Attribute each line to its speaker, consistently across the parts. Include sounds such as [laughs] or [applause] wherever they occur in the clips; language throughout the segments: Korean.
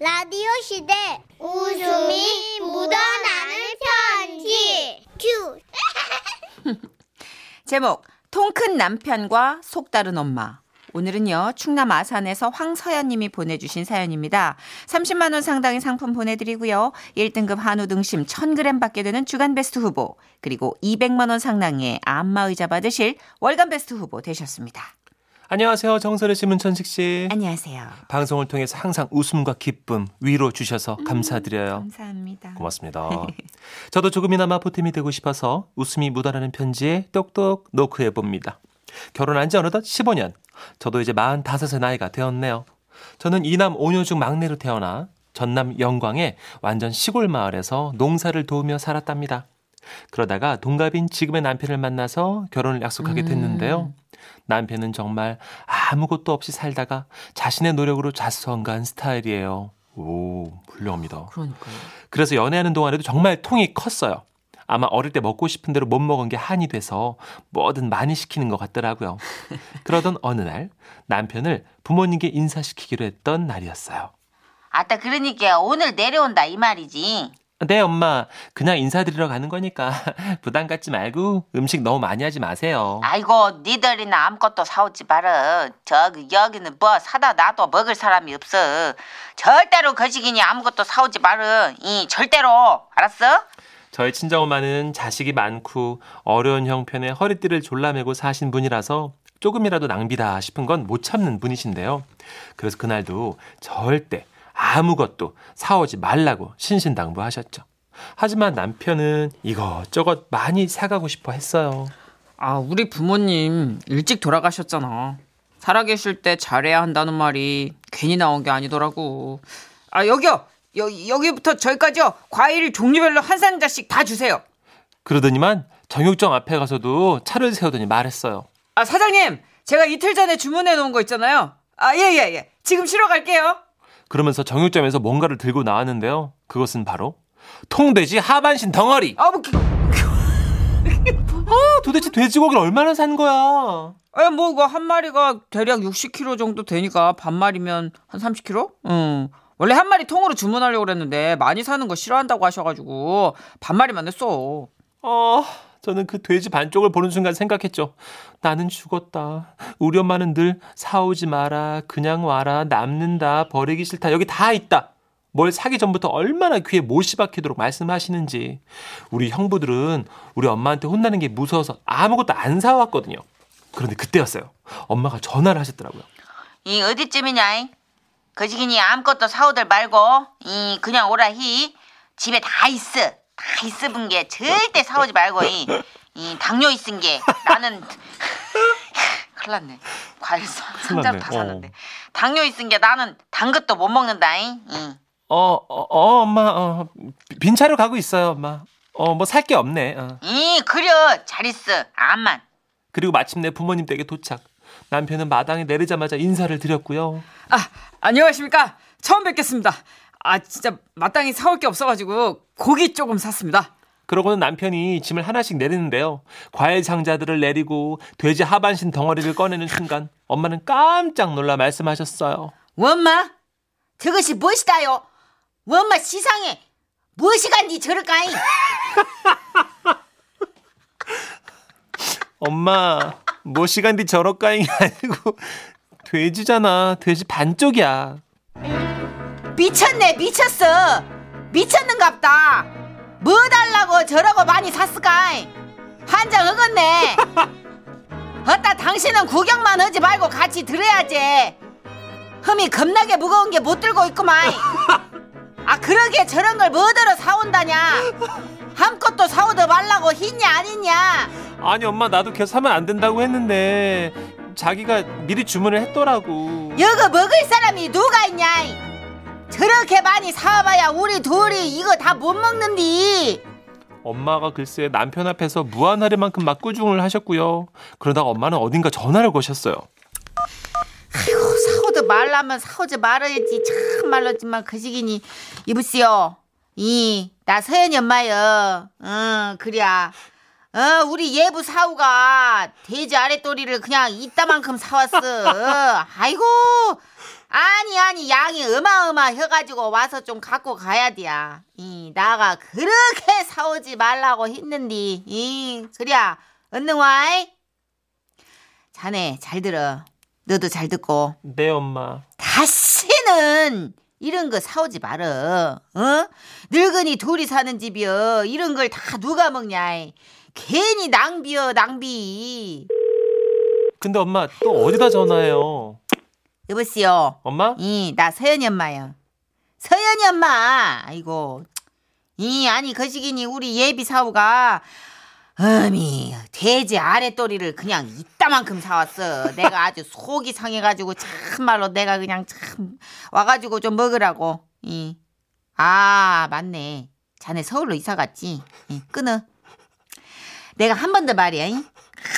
Speaker 1: 라디오 시대 웃음이 묻어나는 편지 큐
Speaker 2: 제목 통 큰 남편과 속 다른 엄마. 오늘은요 충남 아산에서 황서연님이 보내주신 사연입니다. 30만 원 상당의 상품 보내드리고요. 1등급 한우 등심 1,000g 받게 되는 주간 베스트 후보 그리고 200만 원 상당의 안마의자 받으실 월간 베스트 후보 되셨습니다.
Speaker 3: 안녕하세요. 정설의 씨, 문천식 씨.
Speaker 2: 안녕하세요.
Speaker 3: 방송을 통해서 항상 웃음과 기쁨, 위로 주셔서 감사드려요.
Speaker 2: 감사합니다.
Speaker 3: 고맙습니다.
Speaker 2: [laughs]
Speaker 3: 저도 조금이나마 보탬이 되고 싶어서 웃음이 묻어나는 편지에 똑똑 노크해 봅니다. 결혼한 지 어느덧 15년. 저도 이제 45의 나이가 되었네요. 저는 이남 5녀 중 막내로 태어나 전남 영광의 완전 시골 마을에서 농사를 도우며 살았답니다. 그러다가 동갑인 지금의 남편을 만나서 결혼을
Speaker 2: 음.
Speaker 3: 약속하게 됐는데요. 남편은 정말 아무것도 없이 살다가 자신의 노력으로 자수성가한 스타일이에요. 오, 훌륭합니다.
Speaker 2: 그러니까요.
Speaker 3: 그래서 연애하는 동안에도 정말 통이 컸어요. 아마 어릴 때 먹고 싶은 대로 못 먹은 게 한이 돼서 뭐든 많이 시키는 것 같더라고요. 그러던 어느 날 남편을 부모님께 인사시키기로 했던 날이었어요.
Speaker 4: 아따 그러니까 오늘 내려온다 이 말이지.
Speaker 3: 네, 엄마. 그냥 인사드리러 가는 거니까 [laughs] 부담 갖지 말고 음식 너무 많이 하지 마세요.
Speaker 4: 아이고 니들이나 아무것도 사오지 마라. 저기 여기는 뭐 사다 놔도 먹을 사람이 없어. 절대로 그 거시기니 아무것도 사오지 마라. 이 절대로 알았어?
Speaker 3: 저희 친정엄마는 자식이 많고 어려운 형편에 허리띠를 졸라매고 사신 분이라서 조금이라도 낭비다 싶은 건 못 참는 분이신데요. 그래서 그날도 절대 아무것도 사오지 말라고 신신당부하셨죠. 하지만 남편은 이것저것 많이 사가고 싶어 했어요.
Speaker 2: 아, 우리 부모님 일찍 돌아가셨잖아. 살아계실 때 잘해야 한다는 말이 괜히 나온 게 아니더라고. 아, 여기요! 여, 여기부터 저기까지요! 과일 종류별로 한 상자씩 다 주세요!
Speaker 3: 그러더니만 정육점 앞에 가서도 차를 세우더니 말했어요.
Speaker 2: 아, 사장님! 제가 이틀 전에 주문해 놓은 거 있잖아요. 아, 예, 예, 예. 지금 실어 갈게요.
Speaker 3: 그러면서 정육점에서 뭔가를 들고 나왔는데요. 그것은 바로 통돼지 하반신 덩어리.
Speaker 2: 아, 뭐, 기-
Speaker 3: 아, 도대체 돼지고기를 얼마나 산 거야?
Speaker 2: 에, 뭐, 이거 한 마리가 대략 60kg 정도 되니까 반마리면 한 30kg? 응. 원래 한 마리 통으로 주문하려고 그랬는데 많이 사는 거 싫어한다고 하셔가지고 반마리만 냈어.
Speaker 3: 어, 저는 그 돼지 반쪽을 보는 순간 생각했죠. 나는 죽었다. 우리 엄마는 늘 사오지 마라. 그냥 와라. 남는다. 버리기 싫다. 여기 다 있다. 뭘 사기 전부터 얼마나 귀에 못이 박히도록 말씀하시는지. 우리 형부들은 우리 엄마한테 혼나는 게 무서워서 아무것도 안 사왔거든요. 그런데 그때였어요. 엄마가 전화를 하셨더라고요.
Speaker 4: 이 어디쯤이냐? 그 거시기니 아무것도 사오들 말고 이 그냥 오라히 집에 다 있어. 다 있어 분게 절대 사오지 말고 이, 이 당뇨 있은 게 나는 [laughs] 큰일 났네. 과일 사- 상자로
Speaker 3: 났네.
Speaker 4: 다
Speaker 3: 어.
Speaker 4: 샀는데 당뇨 있은 게 나는 단 것도 못 먹는다. 이. 이.
Speaker 3: 어, 어, 어, 엄마, 어, 빈 차로 가고 있어요, 엄마. 어, 뭐 살 게 없네. 어.
Speaker 4: 이 그려 잘 있어. 암만.
Speaker 3: 그리고 마침내 부모님 댁에 도착. 남편은 마당에 내리자마자 인사를 드렸고요.
Speaker 2: 아, 안녕하십니까. 처음 뵙겠습니다. 아, 진짜 마땅히 사올 게 없어가지고 고기 조금 샀습니다.
Speaker 3: 그러고는 남편이 짐을 하나씩 내리는데요. 과일 상자들을 내리고 돼지 하반신 덩어리를 꺼내는 순간 엄마는 깜짝 놀라 말씀하셨어요.
Speaker 4: 원마 저것이 무엇이다요? 원마 시상에 무엇이 간디 저럴까잉?
Speaker 3: 엄마, 뭐 시간 뒤 저럴까잉 아니고 돼지잖아. 돼지 반쪽이야.
Speaker 4: 미쳤네 미쳤어 미쳤는갑다 뭐 달라고 저러고 많이 샀을까이 한장 [laughs] 흑었네 어따 당신은 구경만 하지 말고 같이 들어야지 흠이 겁나게 무거운 게 못 들고 [laughs] 있구만 아 그러게 저런 걸 뭐대로 사온다냐 [laughs] 한껏도 사오더 말라고 했냐 안 했냐
Speaker 3: 아니 엄마 나도 계속 사면 안 된다고 했는데 자기가 미리 주문을 했더라고.
Speaker 4: 여기 먹을 사람이 누가 있냐 저렇게 많이 사와봐야 우리 둘이 이거 다 못 먹는디
Speaker 3: 엄마가 글쎄 남편 앞에서 무한하리만큼 막 꾸중을 하셨고요. 그러다가 엄마는 어딘가 전화를 거셨어요.
Speaker 4: 사오도 말라면 사오지 말아야지 참 말랐지만 그 시기니 이보시오 이 나 서연이 엄마요 응 그래야 어 어, 우리 예부 사우가 돼지 아랫도리를 그냥 이따만큼 사왔어. 아이고. 아니, 아니, 양이 어마어마해가지고 와서 좀 갖고 가야 돼야. 이, 나가 그렇게 사오지 말라고 했는디. 이, 그래야, 얻는 와이? 자네, 잘 들어. 너도 잘 듣고.
Speaker 3: 네, 엄마.
Speaker 4: 다시는 이런 거 사오지 말어. 어? 늙은이 둘이 사는 집이여. 이런 걸 다 누가 먹냐. 괜히 낭비여 낭비.
Speaker 3: 근데 엄마 또 어디다 전화해요?
Speaker 4: 여보세요.
Speaker 3: 엄마?
Speaker 4: 이 나 서연이 엄마요. 서연이 엄마. 아이고. 이 아니 그 거시기니 우리 예비 사우가 어미 돼지 아랫도리를 그냥 이따만큼 사왔어. 내가 아주 속이 상해가지고 참말로 내가 그냥 참 와가지고 좀 먹으라고. 이. 아 맞네. 자네 서울로 이사 갔지. 이, 끊어. 내가 한 번 더 말이야. 이.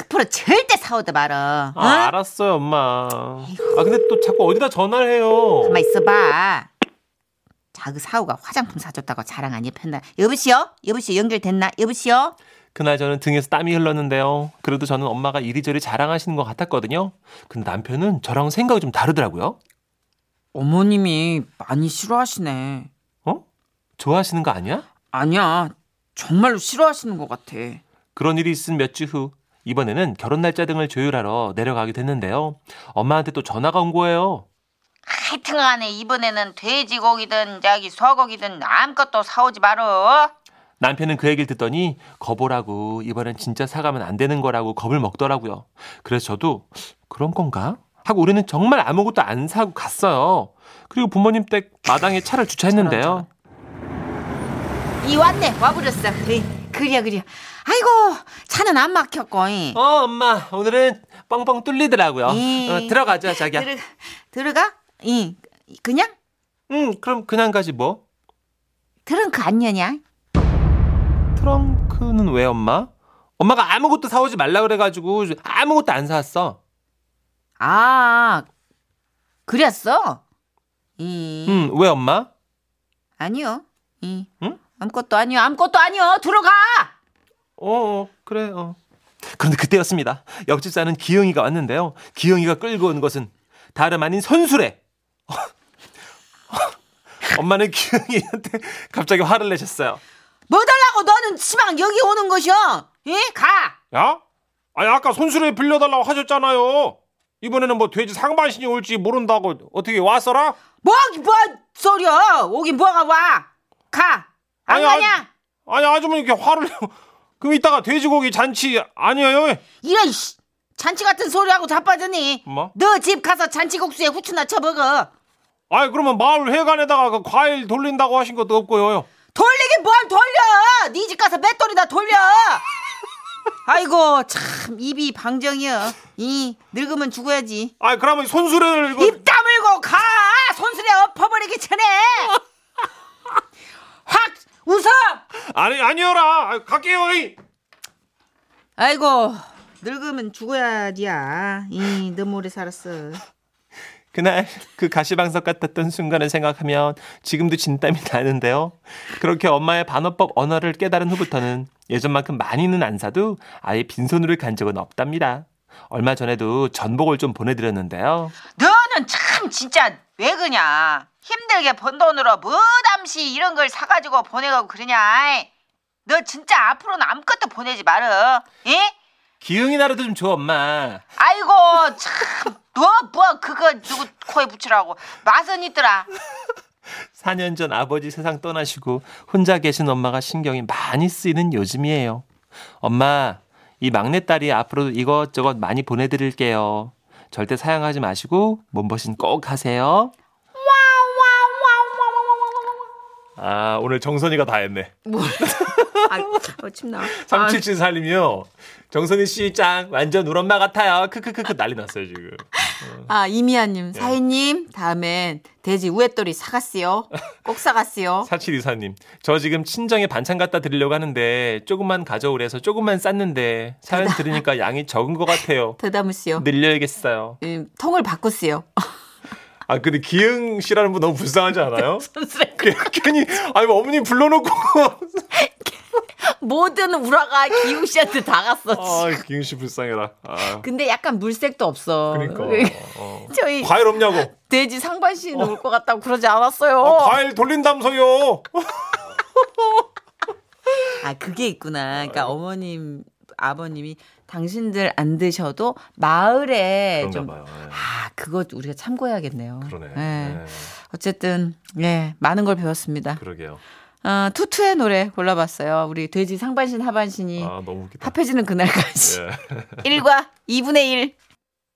Speaker 4: 앞으로 절대 사오지 말어. 어?
Speaker 3: 아, 알았어요, 엄마. 아, 근데 또 자꾸 어디다 전화를 해요?
Speaker 4: 가만 있어봐. 자그 사우가 화장품 사줬다고 자랑 안 옆했나? 여보시오? 여보시오 연결됐나? 여보시오?
Speaker 3: 그날 저는 등에서 땀이 흘렀는데요. 그래도 저는 엄마가 이리저리 자랑하시는 것 같았거든요. 근데 남편은 저랑 생각이 좀 다르더라고요.
Speaker 2: 어머님이 많이 싫어하시네.
Speaker 3: 어? 좋아하시는 거 아니야?
Speaker 2: 아니야. 정말로 싫어하시는 것 같아.
Speaker 3: 그런 일이 있은 몇 주 후 이번에는 결혼 날짜 등을 조율하러 내려가게 됐는데요. 엄마한테 또 전화가 온 거예요.
Speaker 4: 하여튼간에 이번에는 돼지고기든 자기 소고기든 아무것도 사오지 말어.
Speaker 3: 남편은 그 얘기를 듣더니 거보라고 이번엔 진짜 사가면 안 되는 거라고 겁을 먹더라고요. 그래서 저도 그런 건가? 하고 우리는 정말 아무것도 안 사고 갔어요. 그리고 부모님 댁 마당에 차를 주차했는데요.
Speaker 4: 이 왔네 와버렸어. 에이, 그래 그래. 아이고 차는 안 막혔고. 이.
Speaker 3: 어 엄마 오늘은 뻥뻥 뚫리더라고요.
Speaker 4: 이.
Speaker 3: 어, 들어가자 자기야.
Speaker 4: 들어가 들어가? 이 그냥
Speaker 3: 응 음, 그럼 그냥 가지 뭐.
Speaker 4: 트렁크 그 안 여냐?
Speaker 3: 트렁크는 왜 엄마? 엄마가 아무것도 사오지 말라 그래가지고 아무것도 안 사왔어.
Speaker 4: 아 그랬어? 이
Speaker 3: 응 음, 왜 엄마?
Speaker 2: 아니요. 이
Speaker 3: 응?
Speaker 2: 아무것도 아니요. 아무것도 아니요. 들어가.
Speaker 3: 어, 어 그래 어. 그런데 그때였습니다. 옆집 사는 기영이가 왔는데요. 기영이가 끌고 온 것은 다름 아닌 선수래. 어, 엄마는 기영이한테 갑자기 화를 내셨어요.
Speaker 4: 뭐 달라고 너는 시방 여기 오는 것이여? 예? 가!
Speaker 5: 야? 아니 아까 손수레 빌려달라고 하셨잖아요. 이번에는 뭐 돼지 상반신이 올지 모른다고 어떻게 왔어라?
Speaker 4: 뭐, 뭐, 소리여! 오긴 뭐가 와! 가! 안
Speaker 5: 아니,
Speaker 4: 가냐?
Speaker 5: 아니- 아니 아주머니 이렇게 화를 내고 그럼 이따가 돼지고기 잔치 아니에요?
Speaker 4: 이런, 씨! 잔치 같은 소리하고 자빠졌니?
Speaker 5: 엄마?
Speaker 4: 너 집 가서 잔치국수에 후추나 쳐먹어!
Speaker 5: 아니 그러면 마을 회관에다가 그 과일 돌린다고 하신 것도 없고요.
Speaker 4: 돌리긴 뭘 돌려! 네 집 가서 맷돌이나 돌려! 아이고, 참, 입이 방정이여. 이, 늙으면 죽어야지.
Speaker 5: 아니 그러면 손수레를 이거
Speaker 4: 입 다물고 가! 손수레 엎어버리기 전에! 확! 웃어!
Speaker 5: 아니 아니어라 아, 갈게요. 이.
Speaker 4: 아이고 늙으면 죽어야지야. 이 너무 오래 살았어.
Speaker 3: 그날 그 가시방석 같았던 순간을 생각하면 지금도 진땀이 나는데요. 그렇게 엄마의 반어법 언어를 깨달은 후부터는 예전만큼 많이는 안 사도 아예 빈손으로 간 적은 없답니다. 얼마 전에도 전복을 좀 보내드렸는데요.
Speaker 4: 너는 참 진짜 왜 그냐? 힘들게 번 돈으로 무담시 이런 걸 사가지고 보내고 그러냐? 너 진짜 앞으로는 아무것도 보내지 말어. 예?
Speaker 3: 기흥이 나라도 좀 줘, 엄마.
Speaker 4: 아이고 참너 뭐 그거 누구 코에 붙이라고 맛은 있더라.
Speaker 3: 4년 전 아버지 세상 떠나시고 혼자 계신 엄마가 신경이 많이 쓰이는 요즘이에요. 엄마, 이 막내딸이 앞으로도 이것저것 많이 보내드릴게요. 절대 사양하지 마시고 몸보신 꼭 하세요.
Speaker 5: 아 오늘 정선이가 다 했네.
Speaker 2: 아, 어침 아. 나.
Speaker 5: 삼칠칠 살림이요. 정선이 씨 짱 완전 우리 엄마 같아요. 크크크크 난리 났어요 지금.
Speaker 2: 아 이미아님, 사인님 다음엔 돼지 우회돌이 사갔어요. 꼭 사갔어요.
Speaker 5: 사칠 이사님, 저 지금 친정에 반찬 갖다 드리려고 하는데 조금만 가져오래서 조금만 쌌는데 사연 들으니까 양이 적은 것 같아요.
Speaker 2: 대담으시요.
Speaker 5: 늘려야겠어요.
Speaker 2: 음,
Speaker 4: [laughs]
Speaker 2: 통을 바꿨어요.
Speaker 5: 아 근데 기흥 씨라는 분 너무 [laughs] 불쌍하지 않아요? 괜히 아니 뭐 어머님 불러놓고
Speaker 4: 모든 우라가 기웅 씨한테 다 갔어.
Speaker 3: 아, 기훈 씨 불쌍해라. 아,
Speaker 4: 근데 약간 물색도 없어.
Speaker 3: 그러니까. 어.
Speaker 4: 저희
Speaker 3: 과일 없냐고.
Speaker 4: 돼지 상반 씨
Speaker 2: 어.
Speaker 4: 올 것 같다고 그러지 않았어요. 네,
Speaker 3: 아, 과일 돌린다면서요.
Speaker 4: 아 그게 있구나. 그러니까 어머님 아버님이 당신들 안 드셔도 마을에
Speaker 3: 그런가
Speaker 4: 좀
Speaker 3: 봐요. 예.
Speaker 4: 아, 그거 우리가 참고해야겠네요.
Speaker 3: 그러네.
Speaker 4: 예.
Speaker 3: 네.
Speaker 4: 어쨌든 예, 많은 걸 배웠습니다.
Speaker 3: 그러게요.
Speaker 4: 어, 투투의 노래 골라봤어요. 우리 돼지 상반신 하반신이
Speaker 3: 아, 너무 웃기다.
Speaker 4: 합해지는 그날까지 [laughs]
Speaker 3: 예.
Speaker 4: 1과 2분의 1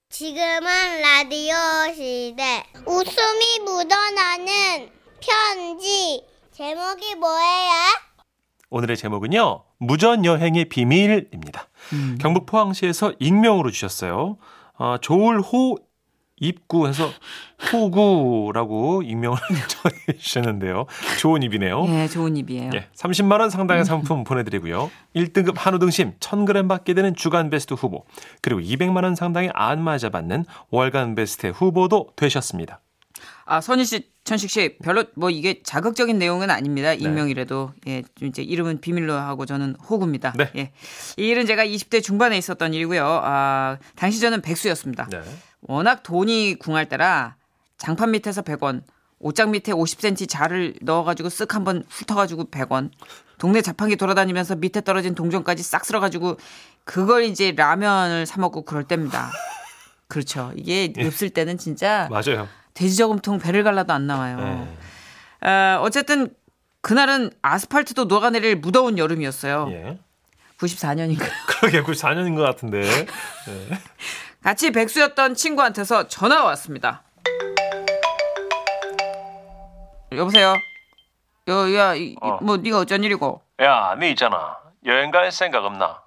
Speaker 1: 지금은 라디오 시대. 웃음이 묻어나는 편지. 제목이 뭐예요?
Speaker 3: 오늘의 제목은요. 무전 여행의 비밀입니다. 경북 포항시에서 익명으로 주셨어요. 아, 조울호 입구에서 호구라고 익명을 [laughs] 전해주셨는데요. 좋은 입이네요.
Speaker 4: 예, 좋은 입이에요.
Speaker 3: 예, 30만 원 상당의 상품 보내드리고요. 1등급 한우 등심 1,000g 받게 되는 주간 베스트 후보 그리고 200만 원 상당의 안마자 받는 월간 베스트 후보도 되셨습니다.
Speaker 2: 아, 선희 씨, 천식 씨, 별로 뭐 이게 자극적인 내용은 아닙니다.
Speaker 3: 네.
Speaker 2: 익명이라도 예, 좀 이제 이름은 비밀로 하고 저는 호구입니다.
Speaker 3: 네.
Speaker 2: 예. 이 일은 제가 20대 중반에 있었던 일이고요. 아, 당시 저는 백수였습니다.
Speaker 3: 네.
Speaker 2: 워낙 돈이 궁할 때라 장판 밑에서 100원, 옷장 밑에 50cm 자를 넣어가지고 쓱 한번 훑어가지고 100원, 동네 자판기 돌아다니면서 밑에 떨어진 동전까지 싹 쓸어가지고 그걸 이제 라면을 사 먹고 그럴 때입니다. 그렇죠. 이게
Speaker 3: 예.
Speaker 2: 없을 때는 진짜
Speaker 3: 맞아요.
Speaker 2: 돼지저금통 배를 갈라도 안 나와요.
Speaker 3: 네.
Speaker 2: 어, 어쨌든 그날은 아스팔트도 녹아내릴 무더운 여름이었어요.
Speaker 3: 예.
Speaker 2: 94년인가.
Speaker 3: 그러게 94년인 것 같은데.
Speaker 2: [laughs] 같이 백수였던 친구한테서 전화가 왔습니다. 여보세요. 여, 야, 이-
Speaker 3: 어.
Speaker 2: 뭐 네가 어쩐 일이고?
Speaker 3: 야, 네 있잖아. 여행 갈 생각 없나?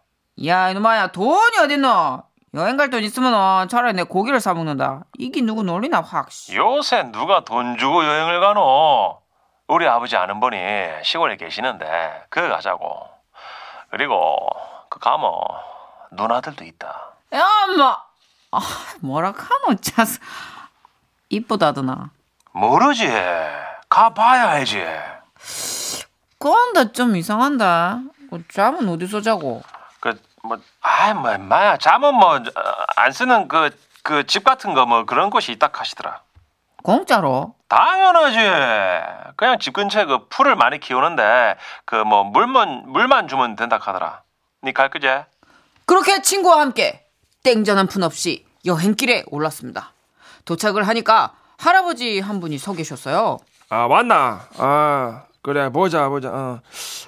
Speaker 2: 야, 이놈아야, 돈이 어딨노? 여행 갈 돈 있으면 어, 차라리 내 고기를 사 먹는다. 이게 누구 놀리나 확. 씨.
Speaker 3: 요새 누가 돈 주고 여행을 가노? 우리 아버지 아는 분이 시골에 계시는데 그 가자고. 그리고 그 가면 누나들도 있다.
Speaker 2: 야, 엄마. 아, 뭐라 카노 짜스. 이쁘다더나.
Speaker 3: 모르지. 가봐야 알지.
Speaker 2: 그건데 좀 이상한다. 그 잠은 어디서 자고?
Speaker 3: 그 뭐, 아이 뭐 마야 잠은 뭐 안 쓰는 그 그 집 같은 거 뭐 그런 곳이 있다 하시더라.
Speaker 2: 공짜로?
Speaker 3: 당연하지. 그냥 집 근처에 그 풀을 많이 키우는데 그 뭐 물만 물만 주면 된다 하더라. 니 갈 거제?
Speaker 2: 그렇게 친구와 함께 땡전 한 푼 없이 여행길에 올랐습니다. 도착을 하니까 할아버지 한 분이 서 계셨어요.
Speaker 6: 아 왔나? 아 그래 보자 보자. 어.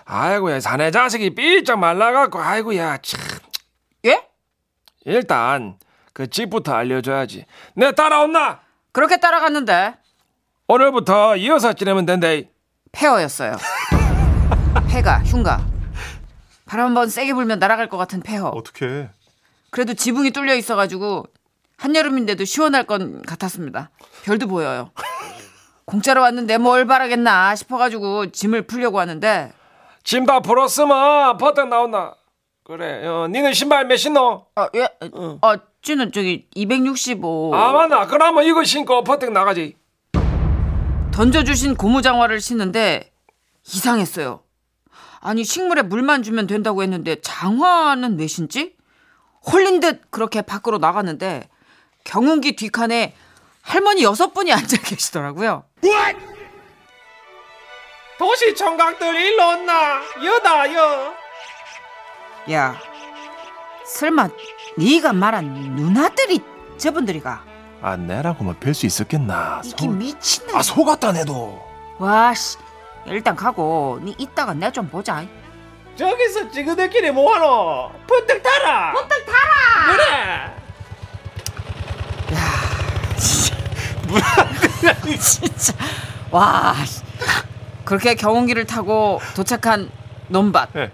Speaker 6: 아이고야 자네 자식이 삐쩍 말라갖고 아이고야 참.
Speaker 2: 예?
Speaker 6: 일단 그 집부터 알려줘야지. 내 따라온나?
Speaker 2: 그렇게 따라갔는데
Speaker 6: 오늘부터 이어서 지내면 된대.
Speaker 2: 폐허였어요. 폐가 흉가. 바람 한 번 세게 불면 날아갈 것 같은 폐허.
Speaker 3: 어떻게?
Speaker 2: 그래도 지붕이 뚫려 있어가지고 한여름인데도 시원할 건 같았습니다. 별도 보여요. 공짜로 왔는데 뭘 바라겠나 싶어가지고 짐을 풀려고 하는데
Speaker 6: 짐 다 풀었으면 버튼 나온나? 그래. 어, 니는 신발 몇 신노?
Speaker 2: 아, 예? 아, 쥐는 저기 265.
Speaker 6: 아 맞나? 그러면 이거 신고 버튼 나가지.
Speaker 2: 던져주신 고무장화를 신는데 이상했어요. 아니, 식물에 물만 주면 된다고 했는데 장화는 왜 신지? 홀린 듯 그렇게 밖으로 나갔는데 경운기 뒷칸에 할머니 여섯 분이 [laughs] 앉아 계시더라고요.
Speaker 6: 도시 청각들 일로 온나? 여다 여.
Speaker 2: 야, 설마 네가 말한 누나들이 저분들이가
Speaker 3: 아 내라고만 뵐 수 있었겠나?
Speaker 2: 이게 미친놈.
Speaker 3: 아 속았다 내도.
Speaker 2: 와씨, 일단 가고 네 이따가 내 좀 보자.
Speaker 6: 저기서 지그들끼리 뭐하노? 버튼 타라. 버튼 타라. 그래.
Speaker 2: 진짜 와 씨. 그렇게 경운기를 타고 도착한 논밭
Speaker 3: 네.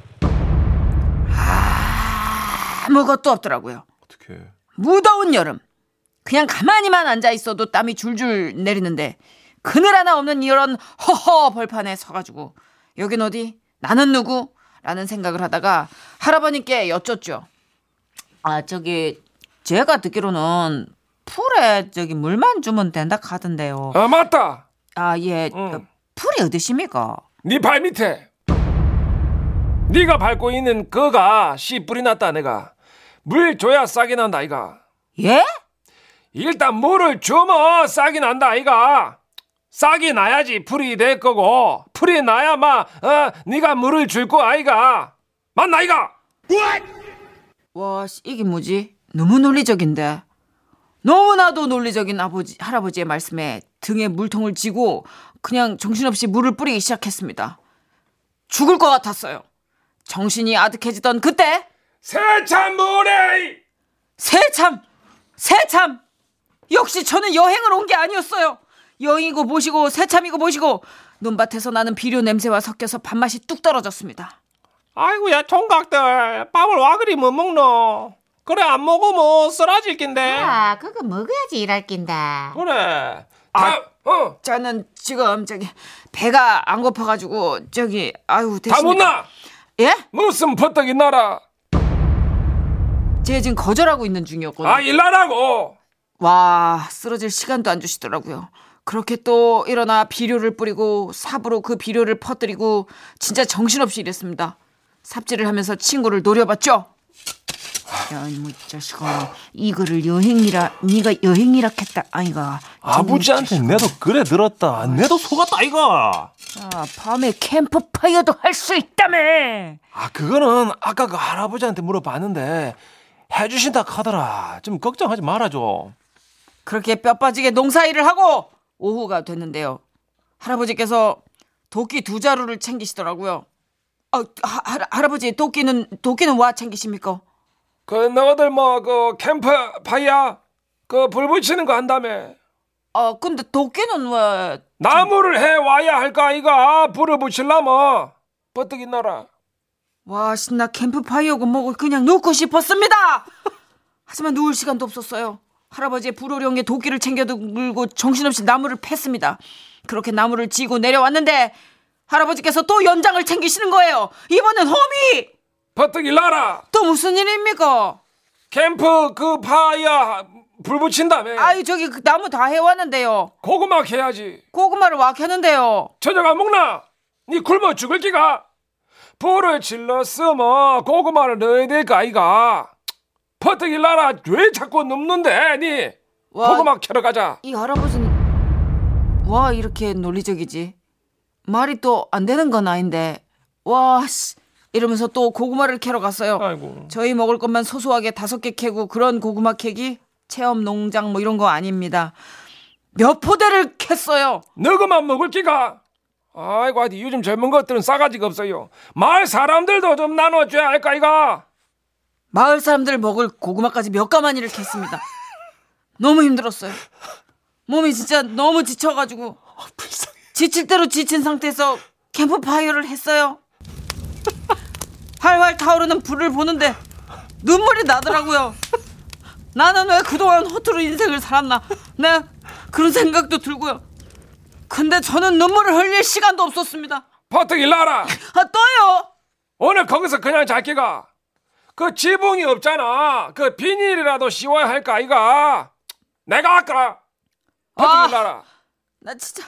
Speaker 2: 아, 아무것도 없더라고요
Speaker 3: 어떻게?
Speaker 2: 무더운 여름 그냥 가만히만 앉아 있어도 땀이 줄줄 내리는데 그늘 하나 없는 이런 허허 벌판에 서가지고 여긴 어디 나는 누구 라는 생각을 하다가 할아버님께 여쭙죠 아 저기 제가 듣기로는 풀에 저기 물만 주면 된다 하던데요
Speaker 6: 아 맞다.
Speaker 2: 아, 예.
Speaker 6: 응.
Speaker 2: 어, 풀이 어디십니까?
Speaker 6: 네 발 밑에. 네가 밟고 있는 그가 씨 뿌리 났다 내가. 물 줘야 싹이 난다 이가.
Speaker 2: 예?
Speaker 6: 일단 물을 주면 싹이 난다 아이가 싹이 나야지 풀이 될 거고 풀이 나야마 어 네가 물을 줄 거 아이가 맞나 이가
Speaker 2: 와, 씨, 이게 뭐지? 너무 논리적인데. 너무나도 논리적인 아버지, 할아버지의 말씀에 등에 물통을 쥐고 그냥 정신없이 물을 뿌리기 시작했습니다. 죽을 것 같았어요. 정신이 아득해지던 그때,
Speaker 6: 세찬 물에
Speaker 2: 새참! 새참! 역시 저는 여행을 온 게 아니었어요. 여행이고 뭐시고 새참이고 뭐시고 논밭에서 나는 비료 냄새와 섞여서 밥맛이 뚝 떨어졌습니다.
Speaker 6: 아이고야 총각들 밥을 와 그리 못 먹노 그래 안 먹으면 쓰라질 낀데
Speaker 4: 아, 그거 먹어야지 일할 낀데.
Speaker 6: 그래
Speaker 2: 아.
Speaker 6: 다, 어,
Speaker 2: 저는 지금 저기 배가 안 고파가지고 저기 아유
Speaker 6: 다
Speaker 2: 됐습니다.
Speaker 6: 못나
Speaker 2: 예?
Speaker 6: 무슨 퍼뜩이 나라
Speaker 2: 제가 지금 거절하고 있는 중이었거든요.
Speaker 6: 아 일나라고
Speaker 2: 와 쓰러질 시간도 안 주시더라고요. 그렇게 또 일어나 비료를 뿌리고 삽으로 그 비료를 퍼뜨리고 진짜 정신없이 일했습니다. 삽질을 하면서 친구를 노려봤죠. 야, 이뭐 자식아, 이거를 여행이라, 네가 여행이라 했다, 아이가.
Speaker 5: 아버지한테 내도 그래 들었다. 내도 속았다 이거.
Speaker 2: 아, 밤에 캠프파이어도 할 수 있다며.
Speaker 5: 아 그거는 아까 그 할아버지한테 물어봤는데 해주신다 하더라. 좀 걱정하지 말아줘.
Speaker 2: 그렇게 뼈 빠지게 농사일을 하고 오후가 됐는데요. 할아버지께서 도끼 두 자루를 챙기시더라고요. 아, 하, 할- 할아버지 도끼는 도끼는 와 챙기십니까?
Speaker 6: 그 너희들 뭐 그 캠프 파이야 그 불 붙이는 거 한다며
Speaker 2: 아 근데 도끼는 왜?
Speaker 6: 나무를 해 와야 할 거 아이가 불을 붙일라면 버뜩이 나라
Speaker 2: 와 신나 캠프파이어고 뭐고 그냥 눕고 싶었습니다. [laughs] 하지만 누울 시간도 없었어요. 할아버지의 불호령에 도끼를 챙겨 들고 정신없이 나무를 팼습니다. 그렇게 나무를 지고 내려왔는데 할아버지께서 또 연장을 챙기시는 거예요. 이번엔 호미!
Speaker 6: 버뜩이 나라
Speaker 2: 또 무슨 일입니까?
Speaker 6: 캠프 그 파야 불 붙인다며
Speaker 2: 아유 저기 그 나무 다 해왔는데요.
Speaker 6: 고구마 캐야지
Speaker 2: 고구마를 와 캐는데요.
Speaker 6: 저녁 안 먹나 니 굶어 죽을 기가 불을 질렀으면 고구마를 넣어야 될 거 아이가 버뜩이 나라 왜 자꾸 눕는데 니
Speaker 2: 와.
Speaker 6: 고구마 캐러 가자
Speaker 2: 이 할아버지는 와 이렇게 논리적이지. 말이 또 안 되는 건 아닌데 와 씨. 이러면서 또 고구마를 캐러 갔어요.
Speaker 6: 아이고
Speaker 2: 저희 먹을 것만 소소하게 다섯 개 캐고 그런 고구마 캐기 체험 농장 뭐 이런 거 아닙니다. 몇 포대를 캤어요.
Speaker 6: 너그만 먹을 기가 아이고 하여튼 요즘 젊은 것들은 싸가지가 없어요 마을 사람들도 좀 나눠줘야 할 거 아이가
Speaker 2: 마을 사람들 먹을 고구마까지 몇 가마니를 캤습니다. 너무 힘들었어요. 몸이 진짜 너무 지쳐가지고 지칠 대로 지친 상태에서 캠프파이어를 했어요. 활활 타오르는 불을 보는데 눈물이 나더라고요. 나는 왜 그동안 허투루 인생을 살았나? 네 그런 생각도 들고요. 근데 저는 눈물을 흘릴 시간도 없었습니다.
Speaker 6: 버뜩이 나라
Speaker 2: 아 또요.
Speaker 6: 오늘 거기서 그냥 잘게가. 그 지붕이 없잖아. 그 비닐이라도 씌워야 할 거 아이가. 내가 아까
Speaker 2: 아.
Speaker 6: 버티기 나라.
Speaker 2: 나 진짜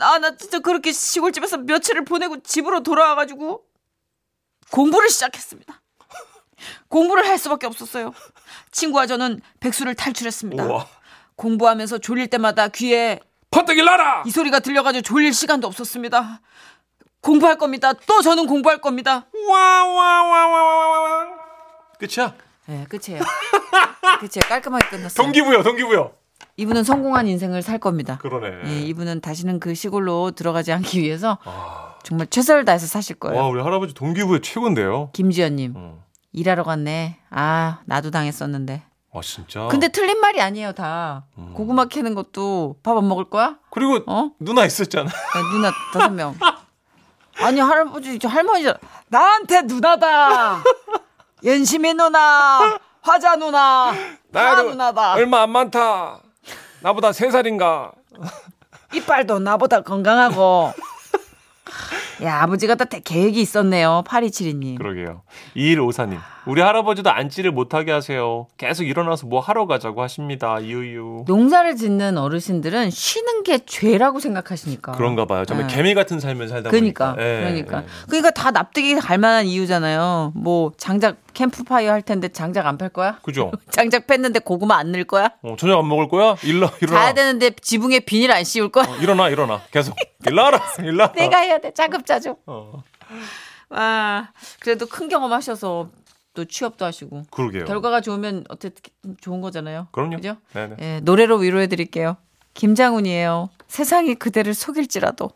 Speaker 2: 아 나 진짜 그렇게 시골집에서 며칠을 보내고 집으로 돌아와가지고 공부를 시작했습니다. 공부를 할 수밖에 없었어요. 친구와 저는 백수를 탈출했습니다. 공부하면서 졸릴 때마다 귀에
Speaker 6: 버티기 나라.
Speaker 2: 이 소리가 들려가지고 졸릴 시간도 없었습니다. 공부할 겁니다. 또 저는 공부할 겁니다.
Speaker 6: 와와와와와와.
Speaker 5: 끝이야.
Speaker 2: 네, 끝이에요. 끝이에요. 깔끔하게 끝났어요.
Speaker 5: 동기부여 동기부여.
Speaker 2: 이분은 성공한 인생을 살 겁니다.
Speaker 5: 그러네.
Speaker 2: 예, 이분은 다시는 그 시골로 들어가지 않기 위해서
Speaker 5: 아.
Speaker 2: 정말 최선을 다해서 사실 거예요.
Speaker 5: 와 우리 할아버지 동기부여 최고인데요.
Speaker 2: 김지연님
Speaker 5: 음.
Speaker 2: 일하러 갔네. 아 나도 당했었는데.
Speaker 3: 어.
Speaker 5: 아 진짜.
Speaker 2: 근데 틀린 말이 아니에요 다. 고구마 캐는 것도 밥 안 먹을 거야?
Speaker 5: 그리고
Speaker 2: 어?
Speaker 5: 누나 있었잖아.
Speaker 2: 야, 누나 다섯 명. 아니 할아버지 저 할머니잖아. 나한테 누나다. 연심이 누나, 화자 누나, 다
Speaker 6: 나도
Speaker 2: 누나다.
Speaker 6: 얼마 안 많다. 나보다 세 살인가.
Speaker 2: 이빨도 나보다 건강하고. 야, 아버지가 또 대- 계획이 있었네요. 8272님.
Speaker 3: 그러게요. 2154님. 우리 할아버지도 앉지를 못하게 하세요. 계속 일어나서 뭐 하러 가자고 하십니다. 유유.
Speaker 2: 농사를 짓는 어르신들은 쉬는 게 죄라고 생각하시니까.
Speaker 3: 그런가 봐요. 정말
Speaker 2: 네.
Speaker 3: 개미 같은 삶을 살다
Speaker 2: 그러니까,
Speaker 3: 보니까. 예,
Speaker 2: 그러니까,
Speaker 3: 예.
Speaker 2: 그러니까 다 납득이 갈 만한 이유잖아요. 뭐 장작 캠프파이어 할 텐데 장작 안 팔 거야? [laughs]
Speaker 3: 그죠?
Speaker 2: 장작 팼는데 고구마 안 넣을 거야?
Speaker 3: 어, 저녁 안 먹을 거야? 일러, 일어나.
Speaker 2: 자야 되는데 지붕에 비닐 안 씌울 거야?
Speaker 3: 어, 일어나, 일어나. 계속. 일어나라, 일어나.
Speaker 2: 내가 해야 돼. 자급자족.
Speaker 3: 어,
Speaker 2: 아, 그래도 큰 경험하셔서 또 취업도 하시고
Speaker 3: 그러게요.
Speaker 2: 결과가 좋으면 어쨌든 좋은 거잖아요.
Speaker 3: 그럼요.
Speaker 2: 그죠?
Speaker 3: 네네.
Speaker 2: 예, 노래로 위로해 드릴게요. 김장훈이에요. 세상이 그대를 속일지라도.